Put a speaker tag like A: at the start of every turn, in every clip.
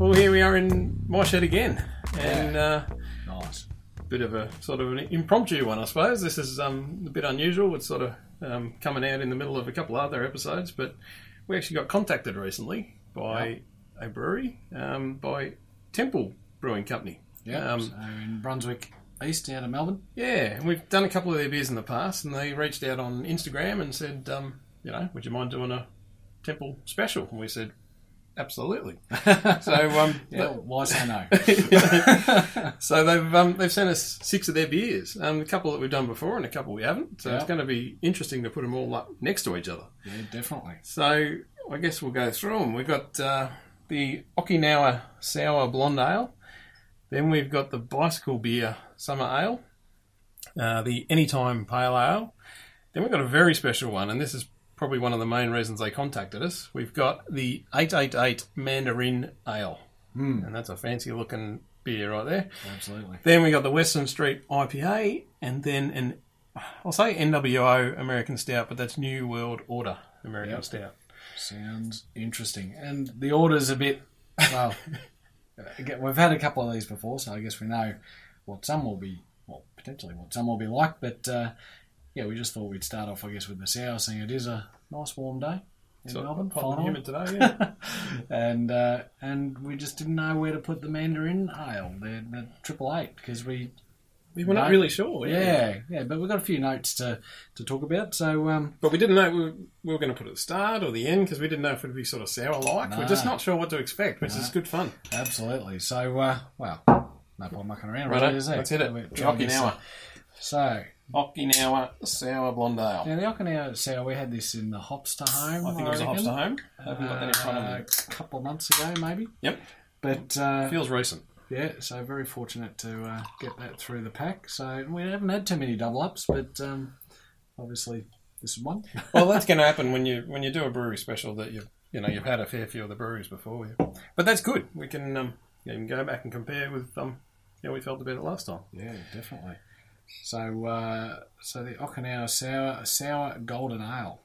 A: are in my shed again, and uh,
B: Nice.
A: bit of a sort of an impromptu one, I suppose. This is um, a bit unusual. It's sort of um, coming out in the middle of a couple of other episodes, but we actually got contacted recently by a brewery, um, by Temple Brewing Company.
B: Yeah.
A: Um,
B: so in Brunswick East, out of Melbourne.
A: Yeah, and we've done a couple of their beers in the past, and they reached out on Instagram and said, um, you know, would you mind doing a Temple special? And we said, absolutely. So, um,
B: yeah, why say no?
A: So they've um, they've sent us six of their beers, um, a couple that we've done before and a couple we haven't. So
B: Yeah.
A: it's going to be interesting to put them all up next to each other.
B: yeah, definitely.
A: So I guess we'll go through them. We've got uh, the Okinawa Sour Blonde Ale. Then we've got the Bicycle Beer Summer Ale, uh, the Anytime Pale Ale. Then we've got a very special one, and this is probably one of the main reasons they contacted us. We've got the 888 Mandarin Ale,
B: Hmm.
A: and that's a fancy looking beer right there.
B: Absolutely.
A: Then we got the Western Street IPA, and then an I'll say NWO American Stout, but that's New World Order American
B: Yep.
A: Stout.
B: Sounds interesting. And the order's a bit, well, again, we've had a couple of these before, so I guess we know what some will be, well, potentially what some will be like. But uh, yeah, we just thought we'd start off, I guess, with the sour, seeing it is a nice warm day in
A: So
B: Melbourne,
A: hot and
B: finally.
A: humid today. Yeah.
B: and uh, and we just didn't know where to put the Mandarin ale, the, the triple eight, because we
A: we were not
B: No.
A: really sure.
B: yeah, yeah but we've got a few notes to to talk about. So um,
A: but we didn't know we were, we were going to put it at the start or the end because we didn't know if it'd be sort of sour like. We're just
B: No.
A: not sure what to expect, which is good fun.
B: absolutely. So uh, well, no point mucking around.
A: Righto,
B: really, is there?
A: let's hit it.
B: We're
A: The
B: trying to get
A: Okinawa,
B: So
A: Okinawa sour blonde ale.
B: now the Okinawa sour, we had this in the Hopster home.
A: I think it was a
B: reckon,
A: Hopster Home. I haven't got that in front of
B: uh,
A: me.
B: A couple of months ago, maybe.
A: Yep,
B: But uh,
A: feels recent.
B: yeah, so very fortunate to uh, get that through the pack. So we haven't had too many double ups, but um, obviously this is one.
A: well, that's going to happen when you when you do a brewery special that you you know you've had a fair few of the breweries before you, but that's good. We can um, you can go back and compare with um, how we felt about it last time.
B: Yeah, definitely. So, uh, so the Okinawa sour, sour golden ale.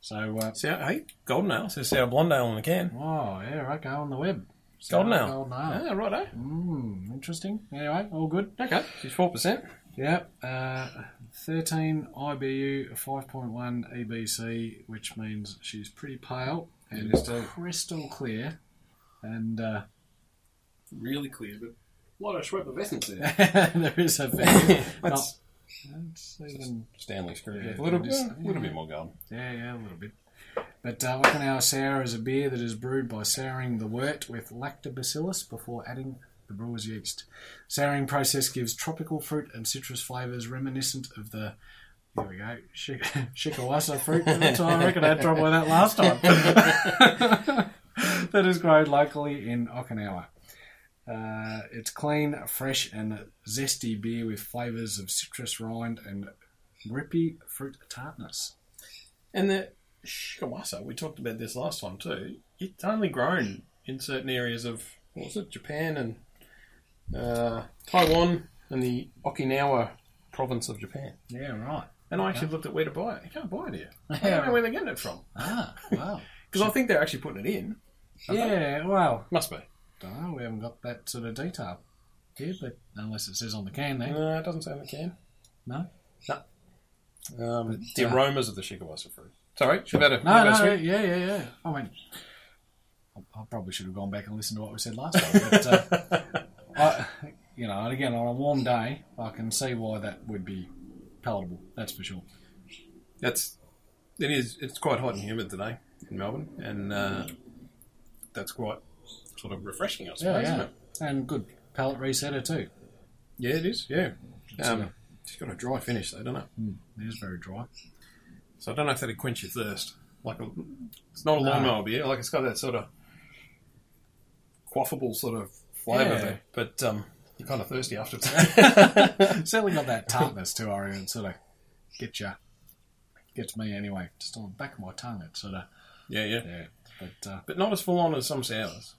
B: So, uh,
A: So hey, golden ale says sour blonde ale in the can.
B: oh yeah, okay, on the web. Sour
A: Golden ale.
B: Golden ale.
A: Ah, right, eh?
B: Mm, interesting. Anyway, all good.
A: Okay, she's four percent.
B: Yep. Uh, Thirteen IBU, five point one EBC, which means she's pretty pale and
A: just a-
B: crystal clear. And uh,
A: Really clear, but a lot of Schweppes of essence there.
B: there is a fair.
A: that's
B: It's even-
A: Stanley screwed
B: Yeah,
A: up a little,
B: just-
A: bit- little bit more golden.
B: Yeah, yeah, a little bit. But uh, Okinawa Sour is a beer that is brewed by souring the wort with lactobacillus before adding the brewer's yeast. Souring process gives tropical fruit and citrus flavours reminiscent of the here we go shi- shikawasa fruit. That's why I reckon I had trouble with that last time. that is grown locally in Okinawa. Uh, it's clean, fresh, and zesty beer with flavours of citrus rind and grippy fruit tartness.
A: And the shikawasa, we talked about this last time too. It's only grown in certain areas of what was it, Japan and uh, Taiwan and the Okinawa province of Japan.
B: Yeah, right.
A: And I actually looked at where to buy it. You can't buy it here. I
B: Yeah,
A: don't know
B: right.
A: where they're getting it from
B: Ah, wow.
A: because I think they're actually putting it in.
B: yeah, well,
A: Must be.
B: don't know. We haven't got that sort of detail here, but unless it says on the can there,
A: No, Uh, it doesn't say on the can.
B: no.
A: Um,
B: But,
A: the
B: uh,
A: aromas of the shikawasa fruit. Sorry, you better.
B: No,
A: you better
B: no,
A: swing.
B: yeah, yeah, yeah. I mean, I, I probably should have gone back and listened to what we said last time. But, uh, I, you know, and again, on a warm day, I can see why that would be palatable. That's for sure.
A: That's it is. It's quite hot and humid today in Melbourne, and uh, that's quite sort of refreshing, I suppose.
B: Yeah,
A: Isn't
B: yeah.
A: it?
B: And good palate resetter too.
A: yeah, it is. Yeah, um,
B: good.
A: it's got a dry finish though, don't it?
B: It is very dry.
A: So I don't know if that'd quench your thirst. Like a, it's not a lawnmower beer. Like it's got that sort of quaffable sort of flavour
B: Yeah.
A: there, but um, you're kind of thirsty after
B: certainly got that tartness too, I reckon. Sort of get you, gets me anyway. Just on the back of my tongue, it sort of
A: yeah, yeah,
B: yeah. But uh,
A: but not as full on as some sours.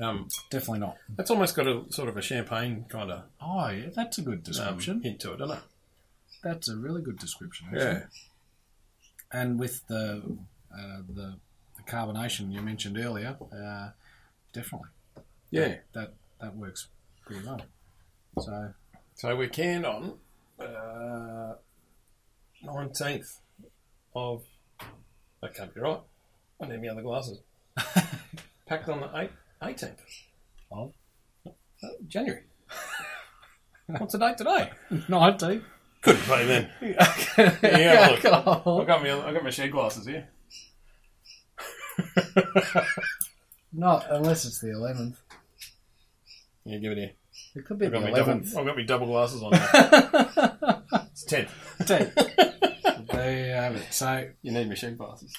A: Um,
B: definitely not.
A: that's almost got a sort of a champagne kind of
B: Oh, yeah, that's a good
A: um,
B: description.
A: hint to it, doesn't it?
B: That's a really good description. Actually.
A: Yeah.
B: And with the uh, the the carbonation you mentioned earlier, uh, definitely.
A: Yeah.
B: that that, that works pretty well. So
A: So we're canned on uh, 19th of. That can't be right. I need my other glasses. Packed on the eight, 18th
B: Of?
A: Uh, January. What's the date today?
B: ninety.
A: Couldn't play then. Yeah, look. I got my I got my shade glasses here.
B: Not unless it's the eleventh.
A: Yeah, give it here.
B: It could be
A: I've got
B: the
A: my double.
B: eleventh.
A: I've got my double glasses on. Now. it's ten.
B: there you have it. So
A: You need my shade glasses.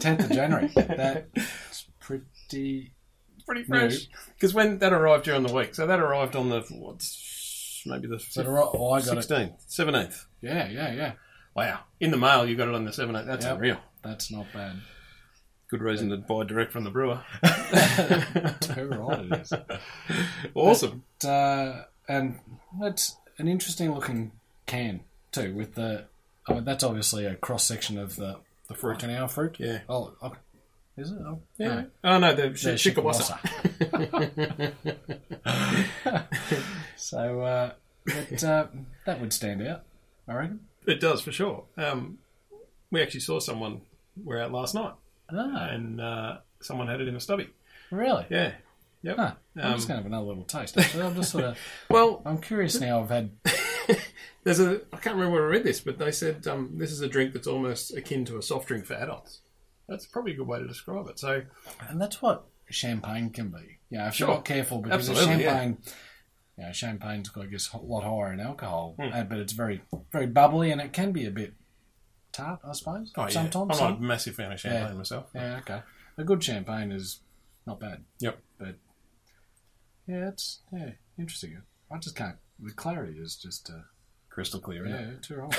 B: tenth of January. That's pretty.
A: Pretty
B: No.
A: fresh. Because when that arrived during the week, so that arrived on the what's maybe the
B: So right, oh, I got it.
A: sixteenth, seventeenth.
B: Yeah, yeah, yeah.
A: Wow! In the mail, you got it on the seventeenth. That's
B: Yep.
A: unreal.
B: That's not bad.
A: Good reason to buy direct from the brewer.
B: Too right it is.
A: awesome.
B: But, uh, and that's an interesting looking can too. With the, I mean, that's obviously a cross section of the the
A: fruit.
B: canal fruit.
A: Yeah.
B: Oh, oh, is it? Oh,
A: Yeah. Oh no, the sh-
B: The
A: shikawasa.
B: So, uh, but, uh, that would stand out, I reckon.
A: It does for sure. Um, we actually saw someone we were out last night,
B: Ah,
A: and uh, someone had it in a stubby.
B: really?
A: Yeah. Yep.
B: Huh. I'm
A: Um,
B: just going to have another little taste. Actually. I'm just sort of.
A: Well,
B: I'm curious now. I've had.
A: there's a. I can't remember where I read this, but they said um, this is a drink that's almost akin to a soft drink for adults. That's probably a good way to describe it. So
B: And that's what champagne can be. Yeah, if
A: Sure.
B: you're not careful, because if
A: Absolutely, yeah.
B: champagne. You know, champagne's got, I guess, a lot higher in alcohol,
A: Hmm.
B: uh, but it's very, very bubbly and it can be a bit tart, I suppose. sometimes.
A: Oh, I'm
B: some-
A: not a massive fan of champagne myself.
B: Yeah, okay. A good champagne is not bad.
A: Yep.
B: But yeah, it's yeah interesting. I just can't. The clarity is just uh,
A: Crystal clear, isn't it?
B: yeah too wrong.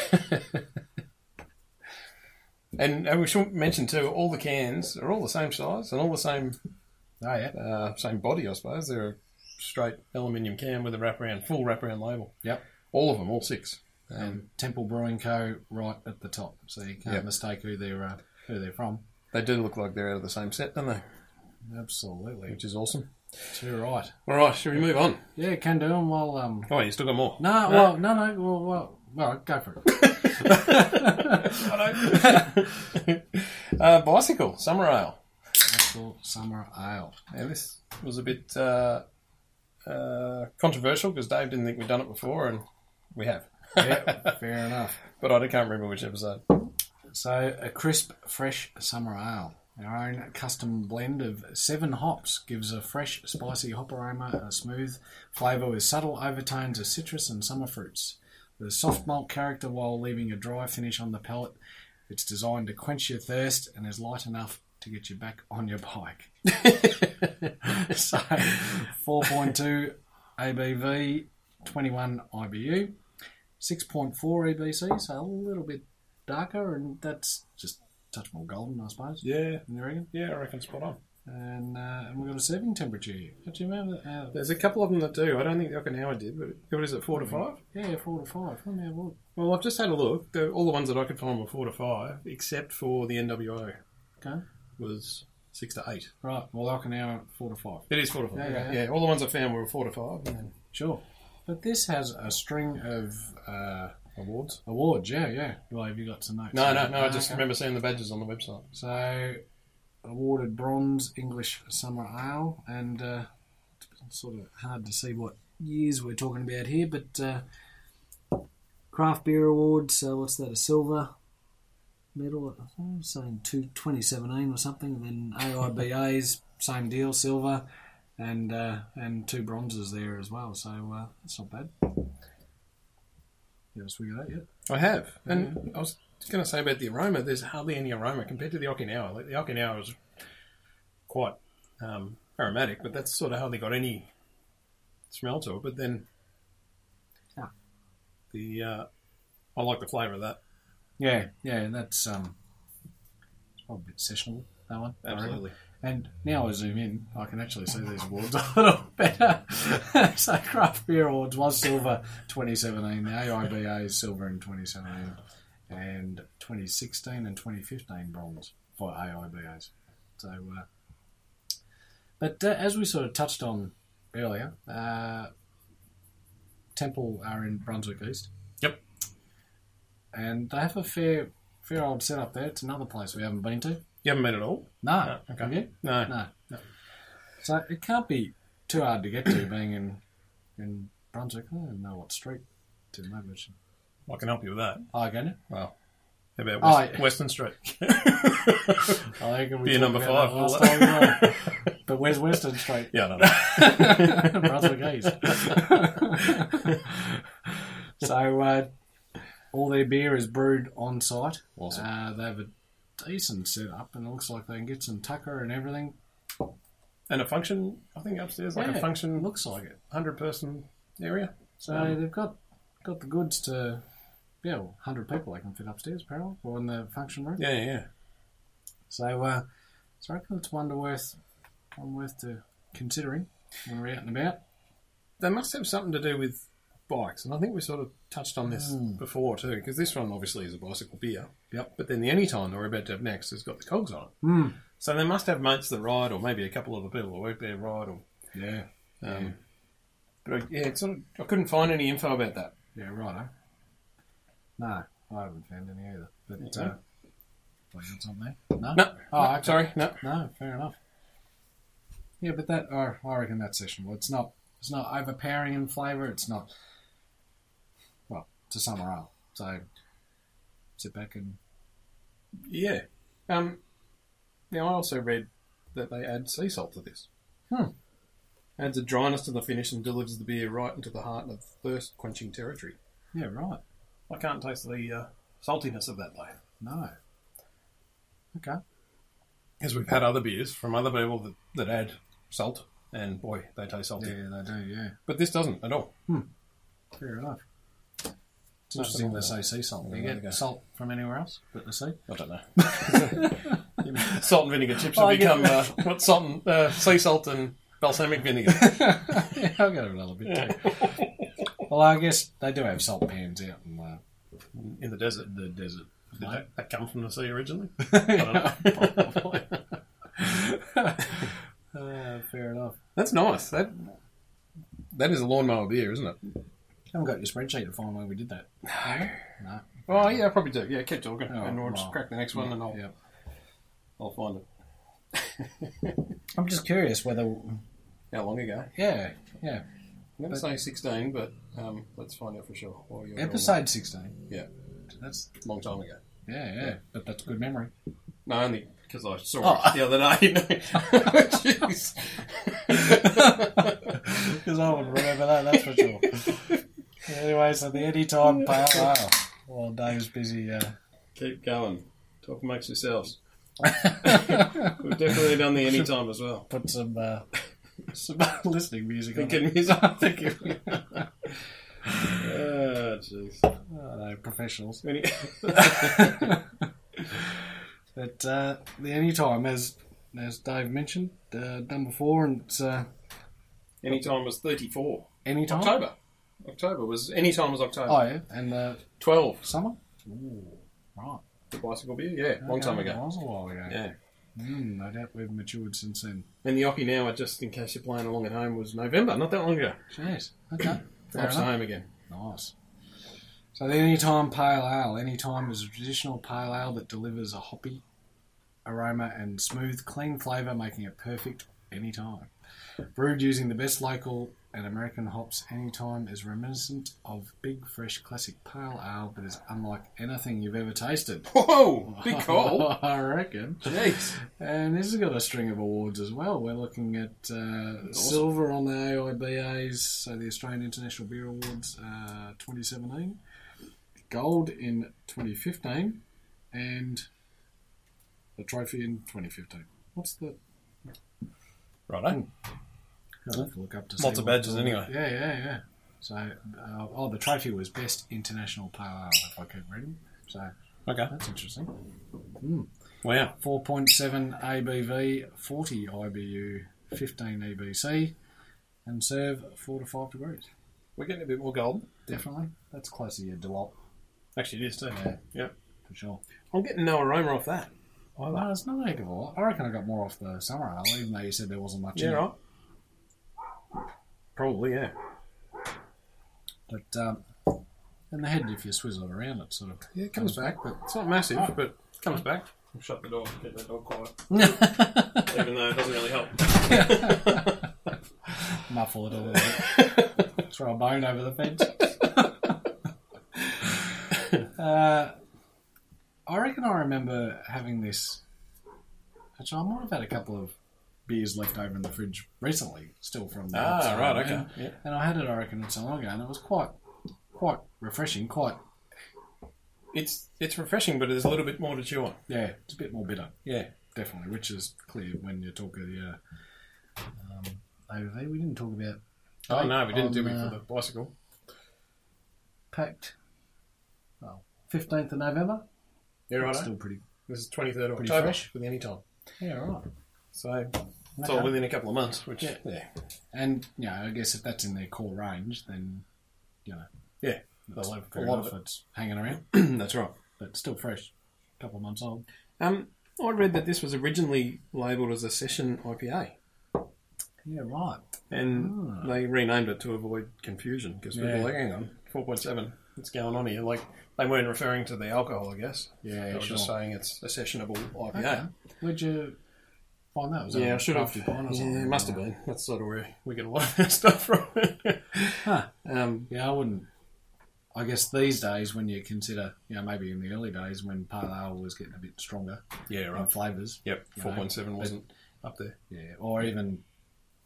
A: And, and we should mention too, all the cans are all the same size and all the same
B: oh yeah.
A: uh, same body, I suppose. They're a straight aluminium can with a wraparound, full wraparound label.
B: Yep.
A: All of them, all six.
B: And Um, Temple Brewing Co. right at the top, so you can't
A: Yep.
B: mistake who they're uh, who they're from.
A: They do look like they're out of the same set, don't they?
B: Absolutely,
A: Which is awesome.
B: too right.
A: All right, should we move on?
B: Yeah, can do. And well, um,
A: Oh, you still got more?
B: no, well, no, no, well, well, well, go for it.
A: uh, bicycle, summer ale.
B: Actual summer ale.
A: Yeah, this was a bit uh, uh, controversial because Dave didn't think we'd done it before, and we have.
B: Yeah, fair enough.
A: But I can't remember which episode.
B: So, a crisp, fresh summer ale. Our own custom blend of seven hops gives a fresh, spicy hop aroma, a smooth flavour with subtle overtones of citrus and summer fruits. The soft malt character, while leaving a dry finish on the palate, it's designed to quench your thirst and is light enough to get you back on your bike. so, 4.2 ABV, 21 IBU, 6.4 EBC, so a little bit darker, and that's just a touch more golden, I suppose.
A: Yeah,
B: You reckon?
A: yeah, I reckon spot on.
B: And, uh, and we've got a serving temperature here. Do you remember? that? Uh,
A: There's a couple of them that do. I don't think the Okinawa did, but what is it, four to five?
B: yeah, four to five. Let me have a look.
A: Well, I've just had a look. The, all the ones that I could find were four to five, except for the NWO
B: Okay.
A: was six to eight.
B: Right. Well, like an hour, four to five.
A: It is four to five.
B: Yeah, yeah,
A: yeah. all the ones I found were four to five. And then
B: Sure. But this has a string of uh,
A: awards.
B: awards. Yeah, yeah. Well, have you got some notes?
A: No, no, no. I just
B: Okay.
A: remember seeing the badges on the website.
B: So, awarded bronze English summer ale, and uh, it's sort of hard to see what years we're talking about here, but uh, craft beer award. So what's that? A silver medal? I'm saying two, 2017 or something. And then AIBA's same deal, silver, and uh, and two bronzes there as well. So uh, that's not bad. You have a swig of that yet?
A: I have, and I was going to say about the aroma. There's hardly any aroma compared to the Okinawa. Like the Okinawa is quite um, aromatic, but that's sort of hardly got any smell to it. But then
B: Ah.
A: the uh, I like the flavour of that.
B: Yeah, yeah, that's um, it's probably a bit sessionable that one. I reckon. And now I zoom in, I can actually see these awards a little better. so Craft Beer Awards was silver 2017, the AIBA is silver in 2017, and 2016 and 2015 bronze for AIBAs. So, uh, but uh, as we sort of touched on earlier, uh, Temple are in Brunswick East.
A: Yep.
B: And they have a fair, fair old setup there. It's another place we haven't been to.
A: You haven't been at all?
B: No.
A: No, okay.
B: Have you?
A: No.
B: No. So it can't be too hard to get to being in in Brunswick. I don't know what street to know which.
A: I can help you with that.
B: Oh, again.
A: How about
B: Oh,
A: West,
B: yeah.
A: Western Street?
B: I think we
A: Beer
B: talked
A: number five.
B: about that last time we were on. but where's Western Street?
A: yeah, no, no.
B: Brunswick East. so uh, all their beer is brewed on site.
A: Awesome.
B: Uh, they have a decent setup, and it looks like they can get some tucker and everything.
A: and a function, I think upstairs, like
B: Yeah,
A: a function
B: looks like it.
A: 100 person area.
B: So
A: Um,
B: they've got got the goods to yeah, well, hundred people they can fit upstairs, apparently, or in the function room.
A: Yeah, yeah, yeah.
B: So, uh, so I reckon it's one to worth one worth to considering when we're out and about.
A: They must have something to do with bikes, and I think we sort of touched on this
B: Mm.
A: before too, because this one obviously is a bicycle beer.
B: Yep.
A: But then the Anytime that we're about to have next has got the cogs on it.
B: Hmm.
A: So they must have mates that ride, or maybe a couple of the people that work there ride, or
B: Yeah.
A: Um, But I, yeah, it's sort of, I couldn't find any info about that.
B: Yeah. Right. Eh? No, I haven't found any either. But
A: Okay.
B: uh, like it's on there. No.
A: No,
B: Oh,
A: no,
B: okay.
A: sorry, no.
B: No, fair enough. Yeah, but that I I reckon that session. Well, it's not it's not overpowering in flavour. It's not well, it's a summer ale. So sit back and
A: Yeah. Um, now I also read that they add sea salt to this.
B: Hmm.
A: Adds a dryness to the finish and delivers the beer right into the heart of thirst quenching territory.
B: yeah, right.
A: I can't taste the uh, saltiness of that though.
B: No. Okay.
A: Because we've had other beers from other people that, that add salt, and boy, they taste salty.
B: Yeah, they do. Yeah,
A: But this doesn't at all.
B: fair enough. It's
A: Nothing
B: interesting
A: wrong
B: they
A: with
B: say sea salt.
A: Yeah,
B: Do you
A: there you go.
B: get salt from anywhere else but the sea?
A: I don't know. salt and vinegar chips have
B: I get-
A: become uh, what salt and uh, sea salt and balsamic vinegar.
B: yeah, I'll get a little bit too. well, I guess they do have salt pans out in uh, the,
A: in the desert.
B: the desert.
A: Did that,
B: Right.
A: that come from the sea originally?
B: Uh, fair enough.
A: That's nice. That that is a lawnmower beer, isn't it?
B: haven't got your spreadsheet to find where we did that.
A: No.
B: No.
A: Oh yeah, I probably do. Yeah, keep talking,
B: Oh,
A: and we'll just
B: well.
A: crack the next one, and I'll
B: Yeah.
A: I'll find it.
B: I'm just curious whether.
A: How long ago?
B: Yeah, yeah.
A: I'm going to say 16, but um, let's find out for sure. While you're
B: Episode 16.
A: Yeah.
B: That's
A: on. long time ago.
B: yeah, yeah, but that's good memory.
A: No, only because I saw
B: Oh.
A: it the other day. Jeez.
B: Because I would remember that, that's for sure. anyway, so the anytime pale ale. Well, ah, Dave's busy. Uh,
A: Keep going. Talk amongst yourselves. We've definitely done the any time as well.
B: put some uh, some listening music on.
A: Thinking music. Thinking. Ah, jeez.
B: I don't know, professionals.
A: Any-
B: But uh, the anytime, as as Dave mentioned, uh, number four, and it's uh,
A: Anytime was 34.
B: anytime.
A: October. October was anytime was October.
B: Oh yeah, and the
A: 12.
B: summer. Ooh, right.
A: The bicycle beer. Yeah, long time
B: Okay, That
A: ago.
B: was a while ago.
A: Yeah.
B: Mm, no doubt we've matured since then.
A: And the Okinawa, just in case you're playing along at home, was November. Not that long ago.
B: Jeez. Okay. Fair
A: Life's
B: enough.
A: home again.
B: Nice. So the Anytime Pale Ale. Anytime is a traditional pale ale that delivers a hoppy aroma and smooth, clean flavour, making it perfect anytime. Brewed using the best local and American hops, Anytime is reminiscent of big, fresh, classic pale ale, but is unlike anything you've ever tasted.
A: Whoa! Big call.
B: I reckon.
A: Jeez.
B: And this has got a string of awards as well. We're looking at uh, silver on the AIBAs, so the Australian International Beer Awards uh, 2017, gold in 2015, and a trophy in 2015. What's the?
A: Right, eh?
B: I'll have to look up to see
A: Lots of
B: what-
A: badges anyway.
B: Yeah, yeah, yeah. So, uh, oh, the trophy was best international pale ale. If I keep reading, so
A: Okay.
B: that's interesting.
A: Wow.
B: 4.7 ABV, 40 IBU, 15 EBC, and serve 4 to 5 degrees.
A: We're getting a bit more gold.
B: Definitely. That's closer to your Delop,
A: Actually, it is too.
B: Yeah.
A: Yeah.
B: for sure.
A: I'm getting no aroma off that.
B: No, it's not a heck of a lot. I reckon I got more off the summer ale, even though you said there wasn't much
A: Yeah,
B: in it.
A: right. Probably, yeah.
B: But um, and the head, if you swizzle around it, sort of
A: Yeah, it comes back, but it's not massive, but it comes back.
C: Shut the door. Get that dog quiet.
B: back.
C: Even though it doesn't really help.
B: Muffle it a little bit. Throw a bone over the fence. uh, I reckon I remember having this. Actually, I might have had a couple of beers left over in the fridge recently, still from the
A: ah,
B: outside,
A: right, okay.
B: and-
A: Yeah.
B: And I had it, I reckon, not so long ago, and it was quite, quite refreshing. Quite,
A: It's it's refreshing, but there's a little bit more to chew on.
B: yeah, it's a bit more bitter.
A: Yeah.
B: definitely, which is clear when you talk of the uh, um, AOV. We didn't talk about.
A: Oh no, we didn't do
B: on,
A: it
B: uh,
A: for the bicycle.
B: Pact. Well, fifteenth of November.
A: Yeah,
B: It's
A: right. eh?
B: Still pretty.
A: This is 23rd of
B: Pretty
A: October
B: fresh.
A: for the any time.
B: Yeah, all right.
A: So it's all
B: Okay.
A: within a couple of months, which yeah,
B: Yeah. And you know, I guess if that's in their core range, then you know,
A: Yeah.
B: they'll have
A: A
B: fair
A: lot
B: enough.
A: of
B: It's hanging around,
A: that's right.
B: but still fresh, a couple of months old.
A: Um, I read that this was originally labelled as a session IPA,
B: Yeah, right.
A: and
B: Ah.
A: they renamed it to avoid confusion because people
B: Yeah.
A: were like, hang on, four point seven, what's going on here? Like they weren't referring to the alcohol, I guess.
B: Yeah,
A: they were
B: sure.
A: just saying it's a sessionable IPA.
B: Okay. Where'd you find that? Was that
A: Yeah, I
B: on
A: should have.
B: Crafty Pine or something?
A: Yeah, it must have been. That's sort of where we get a lot of that stuff from.
B: Huh.
A: Um,
B: Yeah, I wouldn't. I guess these days, when you consider, you know, maybe in the early days when pale ale was getting a bit stronger
A: yeah,
B: in flavours,
A: Yep,
B: You know,
A: four point seven wasn't up there.
B: yeah, or even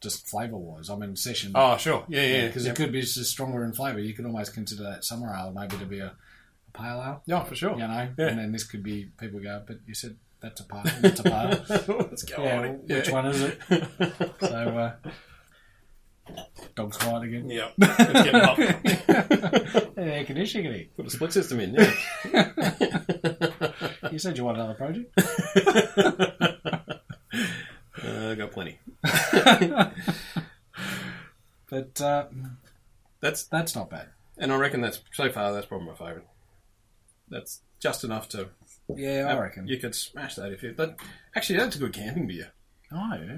B: just flavour-wise. I mean, session
A: Oh, sure. Yeah, yeah.
B: because
A: yeah.
B: it could be just stronger in flavour. You could almost consider that summer ale maybe to be a, a pale ale,
A: Yeah, for sure.
B: you know.
A: Oh, Yeah.
B: And then this could be people go, but you said that's a pale, that's a pale.
A: What's going on?
B: yeah, which one is it?
A: one?
B: So, uh, dog's quiet again.
A: yeah, it's getting hot.
B: Air conditioning. it.
A: Put a split system in. Yeah.
B: You said you want another project.
A: uh, got plenty.
B: But uh,
A: That's
B: that's not bad.
A: and I reckon that's so far that's probably my favourite. That's just enough to.
B: Yeah, I reckon.
A: you could smash that if you. But actually, that's a good camping beer.
B: Oh, yeah.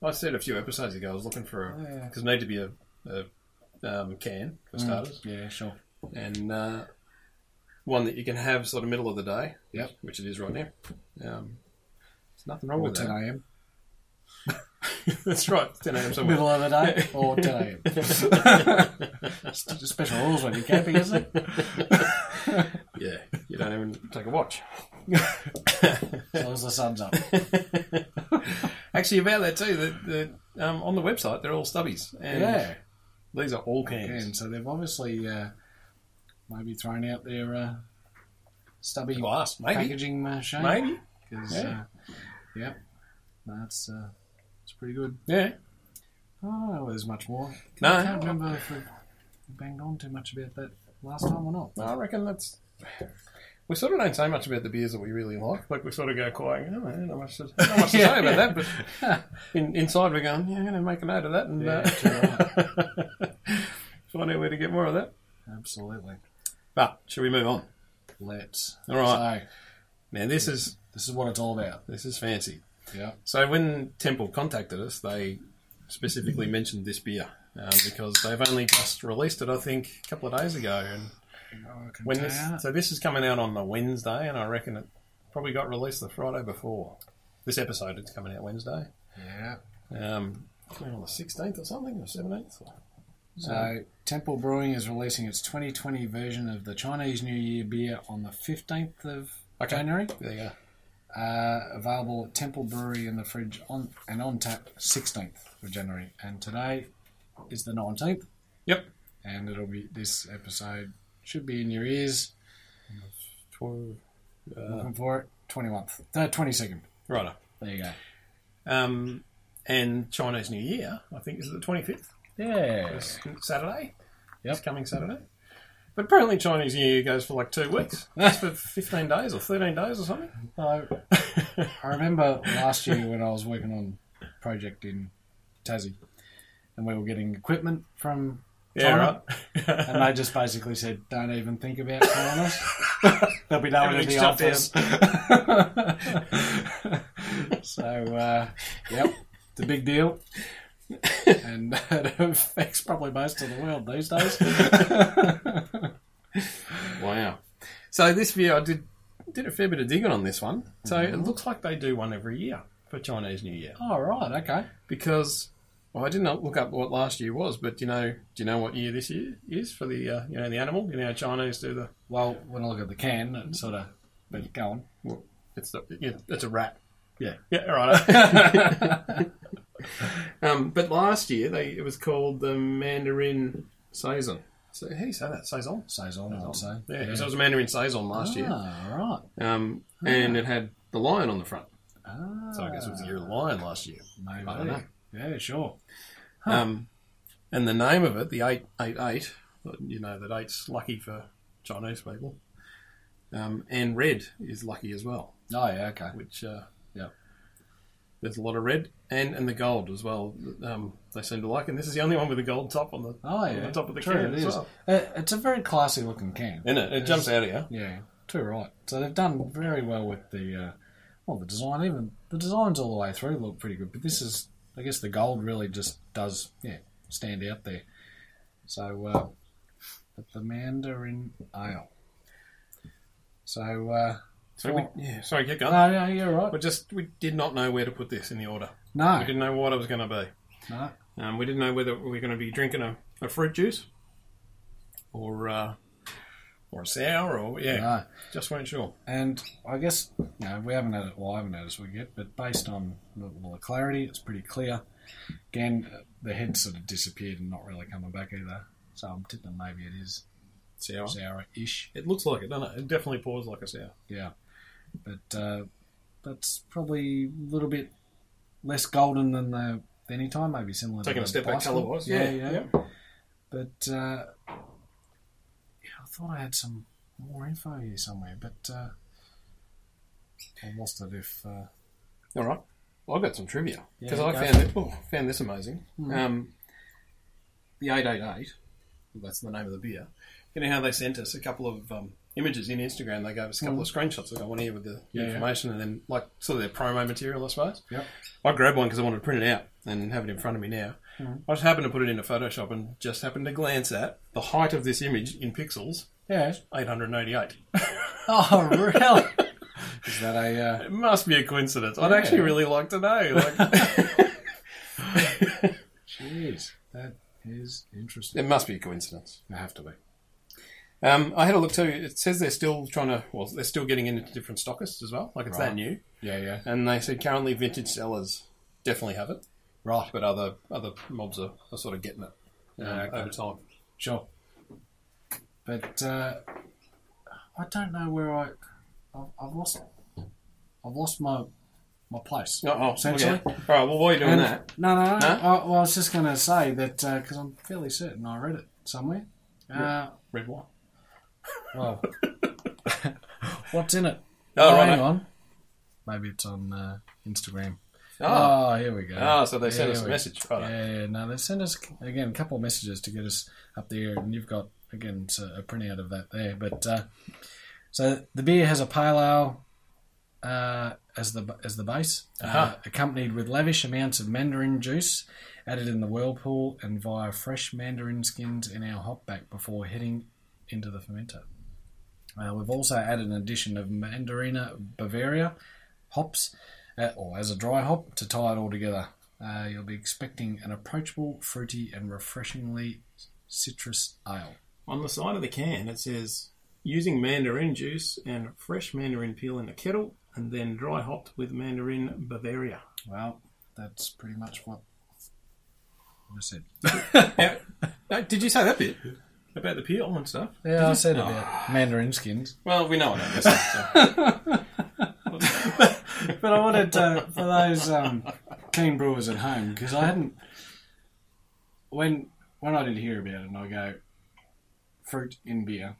A: I said a few episodes ago I was looking for
B: Oh,
A: a
B: yeah. Mm.
A: because need to be a, a um, can for starters
B: Yeah, sure.
A: and uh, one that you can have sort of middle of the day.
B: Yep.
A: which it is right now. Um, there's nothing wrong
B: Or
A: with
B: 10
A: that.
B: a.m.
A: That's right. It's Ten a.m. somewhere.
B: Middle of the day or 10 a.m. It's Special rules when you're camping, isn't it?
A: yeah, you don't even take a watch.
B: As long as the sun's up.
A: Actually, about that too. The, the um, on the website they're all stubbies, and
B: yeah.
A: these are all cans.
B: And so they've obviously uh, maybe thrown out their uh, stubby
A: Glass, maybe,
B: packaging machine.
A: maybe.
B: 'Cause,
A: Yeah.
B: Uh, yeah. That's, uh, it's pretty good.
A: Yeah,
B: I don't know if there's much more.
A: No.
B: I can't remember if we banged on too much about that last time or not.
A: I reckon that's. We sort of don't say much about the beers that we really like. Like we sort of go quiet. Oh, I don't know much to, not much to say about that, but in, inside we're going. Yeah, I'm going to make a note of that and
B: Yeah,
A: uh, find out where to get more of that.
B: Absolutely.
A: But shall we move on?
B: Let's.
A: All right.
B: So,
A: Now this is
B: this is what it's all about.
A: this is fancy.
B: Yeah.
A: So when Temple contacted us, they specifically mentioned this beer um, because they've only just released it, I think, a couple of days ago. And when this, so this is coming out on the Wednesday, and I reckon it probably got released the Friday before. This episode is coming out Wednesday,
B: yeah.
A: um, coming on the sixteenth or something, or seventeenth.
B: So Uh, Temple Brewing is releasing its 2020 version of the Chinese New Year beer on the 15th of
A: Okay.
B: January.
A: There you go.
B: Uh, available at Temple Brewery in the fridge on and on tap 16th of January. And today is the 19th.
A: Yep.
B: And it'll be this episode should be in your ears.
A: Twelve. Uh,
B: Looking for it. 21th, uh, 22nd.
A: right.
B: There you go.
A: Um, and Chinese New Year, I think, is the twenty fifth.
B: Yeah.
A: It's Saturday.
B: Yep.
A: It's coming Saturday. But apparently Chinese New Year goes for like two weeks. That's for 15 days or 13 days or something.
B: So, I remember last year when I was working on a project in Tassie, and we were getting equipment from
A: Yeah,
B: Climate?
A: right.
B: And they just basically said, don't even think about coronas. There'll be no one in the office.
A: Everything's
B: so, uh, yep, it's a big deal. and it affects probably most of the world these days.
A: wow. So this year I did did a fair bit of digging on this one. So it looks like they do one every year for Chinese New Year
B: All right, okay.
A: because. Well, I did not look up what last year was, but do you know, do you know what year this year is for the uh, you know the animal? You know, Chinese do the
B: Well, when I look at the can, it sort of, but go on.
A: It's the, yeah, it's a rat.
B: Yeah.
A: Yeah. All right. um, but last year they it was called the Mandarin Saison. So how do you say that? Saison.
B: Saison, I would say.
A: Yeah. So it was a Mandarin Saison
B: Ah,
A: last year,
B: right.
A: um, and it had the lion on the front.
B: Ah,
A: So I guess it was the year of the lion last year.
B: maybe.
A: I don't know.
B: Yeah, sure.
A: Um, and the name of it, the eight eight eight. You know that eight's lucky for Chinese people, um, and red is lucky as well.
B: Oh, yeah, okay.
A: which uh,
B: Yep.
A: there's a lot of red and and the gold as well. Um, they seem to like, and this is the only one with a gold top on the
B: Oh, yeah.
A: on the top of the
B: True,
A: can
B: it
A: as
B: is.
A: well.
B: Uh, It's a very classy looking can.
A: And it, it jumps out of you.
B: Yeah, too right. So they've done very well with the uh, well, the design. Even the designs all the way through look pretty good. But this is, I guess, the gold really just does yeah stand out there. So, uh, but the Mandarin Ale. So, uh,
A: So we, yeah, sorry, get going.
B: no, no, you're right.
A: we just we did not know where to put this in the order. We
B: No,
A: didn't know what it was going to
B: no,
A: be. Um, we didn't know whether we were going to be drinking a, a fruit juice or uh, or a sour or yeah,
B: no.
A: just weren't sure.
B: And I guess you know, we haven't had it. Well, I haven't had it as we get, but based on the- all the clarity, it's pretty clear. Again, uh, the head sort of disappeared and not really coming back either. So I'm tipping maybe it is
A: Sour.
B: sour-ish.
A: It looks like it, doesn't it? It definitely pours like a sour.
B: Yeah, but uh, that's probably a little bit less golden than the any time. Maybe similar.
A: Taking a
B: to the
A: step back
B: bicycle.
A: colour-wise.
B: Yeah, yeah.
A: Yeah,
B: But uh, yeah, I thought I had some more info here somewhere, but uh, I lost it. If uh,
A: All right. Well, I've got some trivia
B: Yeah,
A: because I
B: go Hmm.
A: found it, oh, found this amazing. Um, the eight eight eight. That's the name of the beer. You know how they sent us a couple of um, images in Instagram. They gave us a couple of screenshots. They go one here with the
B: Hmm. Yeah, yeah.
A: information, and then like sort of their promo material, I suppose.
B: Yep.
A: I grabbed one because I wanted to print it out and have it in front of me now.
B: Hmm.
A: I just happened to put it into Photoshop and just happened to glance at the height of this image in pixels,
B: yeah.
A: eight hundred eighty eight.
B: Oh, really? Is that a uh,
A: It must be a coincidence. I'd
B: Yeah.
A: actually really like to know. Like,
B: jeez? That is interesting.
A: it must be a coincidence.
B: I have to be.
A: Um, I had a look too. It says they're still trying to, well, they're still getting into different stockists as well. Like it's
B: Right.
A: that new.
B: Yeah, yeah.
A: And they said currently vintage sellers definitely have it,
B: Right.
A: but other other mobs are, are sort of getting it um,
B: Yeah, okay.
A: over time.
B: Uh, Sure. But uh, I don't know where I. I've, I've lost. I've lost my my place.
A: Oh, oh
B: Essentially.
A: okay. All right. Well, while you're doing
B: And-
A: that,
B: No, no, no.
A: No?
B: I, well, I was just going to say that because I'm fairly certain I read it somewhere. Uh,
A: red wine.
B: well, what's in it?
A: Oh, right.
B: Hang on. Maybe it's on uh, Instagram.
A: Oh.
B: Oh. here we go.
A: Oh, so they sent
B: Here
A: us a
B: we-
A: message. Right.
B: Yeah, yeah, no, they sent us again a couple of messages to get us up there, and you've got again it's a a printout of that there. But uh, so the beer has a pale ale uh, as the as the base, uh,
A: Uh-huh.
B: accompanied with lavish amounts of mandarin juice added in the whirlpool and via fresh mandarin skins in our hop back before heading into the fermenter. Uh, we've also added an addition of Mandarina Bavaria hops, uh, or as a dry hop, to tie it all together. Uh, you'll be expecting an approachable, fruity, and refreshingly citrus ale.
A: On the side of the can, it says using mandarin juice and fresh mandarin peel in a kettle, and then dry hopped with mandarin Bavaria.
B: Well, that's pretty much what I said.
A: Yeah. No, Did you say that bit about the peel and stuff?
B: Yeah, I said about mandarin skins.
A: Well, we know it. I guess, so.
B: But I wanted to, for those um, keen brewers at home, because I hadn't. When when I did hear about it, and I go, fruit in beer,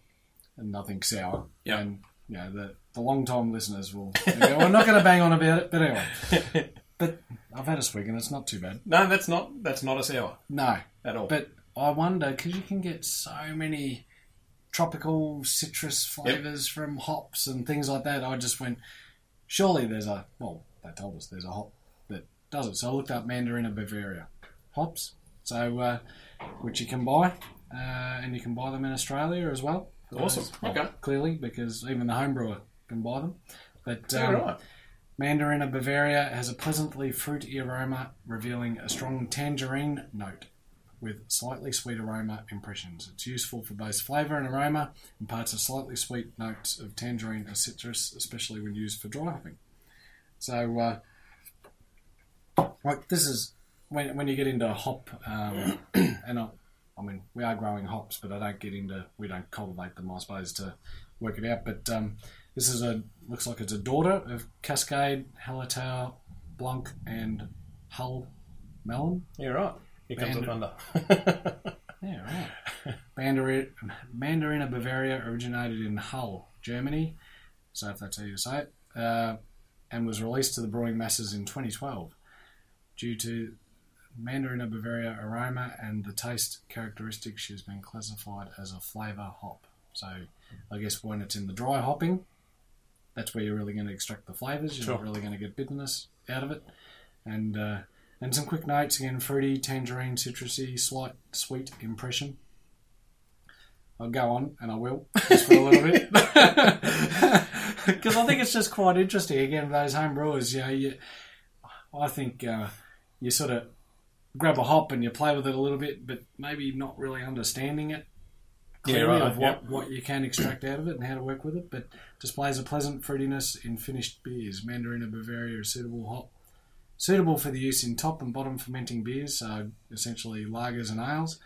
B: and nothing sour.
A: Yeah.
B: And you know, the the long time listeners will. they go, We're not going to bang on about it, but anyway. But I've had a swig, and it's not too bad.
A: no, that's not that's not a sour
B: No,
A: at all.
B: but I wonder because you can get so many tropical citrus flavors from hops and things like that. I just went, surely there's a well, they told us there's a hop that does it. So I looked up Mandarin of Bavaria hops, so uh, which you can buy, uh, and you can buy them in Australia as well.
C: Awesome. Okay.
B: Clearly, because even the homebrewer can buy them. But
C: All
B: um,
C: right.
B: Mandarin of Bavaria has a pleasantly fruity aroma, revealing a strong tangerine note with slightly sweet aroma impressions. It's useful for both flavour and aroma, imparts a slightly sweet notes of tangerine or citrus, especially when used for dry hopping. So, uh, like this is when when you get into hop, um, and I, I mean we are growing hops, but I don't get into we don't cultivate them, I suppose, to work it out. But um, this is a looks like it's a daughter of Cascade, Hallertau, Blanc, and Hull Melon.
A: Yeah, right. Here comes the thunder.
B: Yeah, right. Mandarin, Mandarin of Bavaria originated in Hull, Germany, so if that's how you say it, uh, and was released to the brewing masses in 2012 due to Mandarin of Bavaria aroma and the taste characteristic. She's been classified as a flavour hop. So I guess when it's in the dry hopping, that's where you're really going to extract the flavours. You're not
A: Sure.
B: really going to get bitterness out of it, and uh, and some quick notes again: fruity, tangerine, citrusy, slight sweet impression. I'll go on, and I will just for a little bit, because I think it's just quite interesting. Again, those home brewers, you know, you, I think uh, you sort of grab a hop and you play with it a little bit, but maybe not really understanding it
A: Yeah,
B: clearly
A: right,
B: of what, what you can extract out of it and how to work with it, but displays a pleasant fruitiness in finished beers. Mandarin of Bavaria is suitable hop, suitable for the use in top and bottom fermenting beers, so essentially lagers and ales.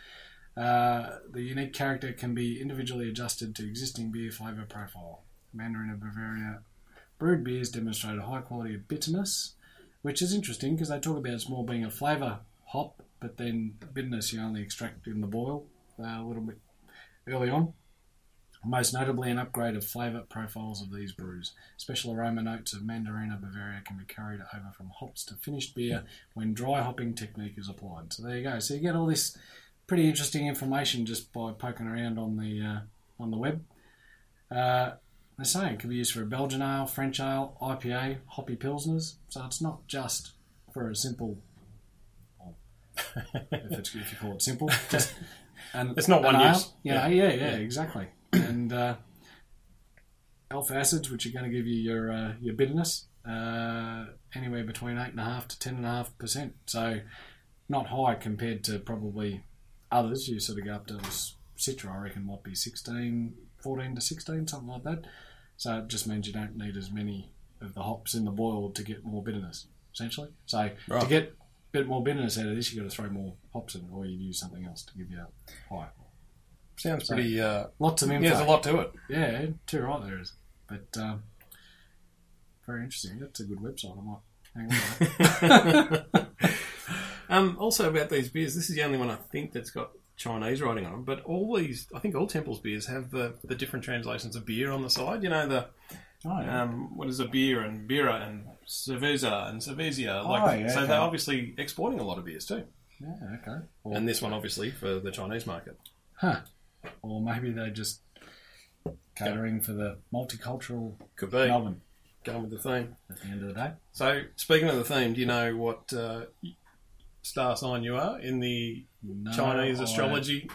B: Uh, the unique character can be individually adjusted to existing beer flavour profile. Mandarin of Bavaria brewed beers demonstrate a high quality of bitterness, which is interesting because they talk about it's more being a flavour hop, but then bitterness you only extract in the boil uh, a little bit early on. Most notably, an upgrade of flavour profiles of these brews. Special aroma notes of Mandarina Bavaria can be carried over from hops to finished beer when dry hopping technique is applied. So there you go. So you get all this pretty interesting information just by poking around on the uh, on the web. Uh, the same can be used for a Belgian ale, French ale, IPA, hoppy pilsners. So it's not just for a simple. well, if, it's, if you call it simple, just and
A: It's not
B: an
A: one
B: ale.
A: use.
B: You know, yeah, yeah, exactly. And uh, alpha acids, which are going to give you your uh, your bitterness, uh, anywhere between eight and a half to ten and a half percent. So not high compared to probably others. You sort of go up to s- Citra, I reckon, might be 16, 14 to 16, something like that. So it just means you don't need as many of the hops in the boil to get more bitterness, essentially. So to
A: Right.
B: get a bit more bitterness out of this, you've got to throw more hops in, or you use something else to give you a high.
A: Sounds pretty. Uh,
B: Lots of
A: yeah,
B: info.
A: there's a lot to it.
B: Yeah, too right there is. But um, very interesting. That's a good website. I might hang on. to that.
A: Um, also about these beers, this is the only one I think that's got Chinese writing on them. But all these, I think all Temple's beers have the, the different translations of beer on the side. You know the
B: Oh, yeah.
A: um, what is a beer and beera and cerveza and cervezia. Like,
B: Oh, yeah,
A: so
B: okay.
A: they're obviously exporting a lot of beers too.
B: yeah, okay. Or-
A: And this one obviously for the Chinese market.
B: Huh. Or maybe they're just catering for the multicultural
A: Could be
B: Melbourne
A: going with the theme.
B: at the end of the day.
A: So speaking of the theme, do you know what uh, star sign you are in the
B: No
A: Chinese
B: idea.
A: astrology?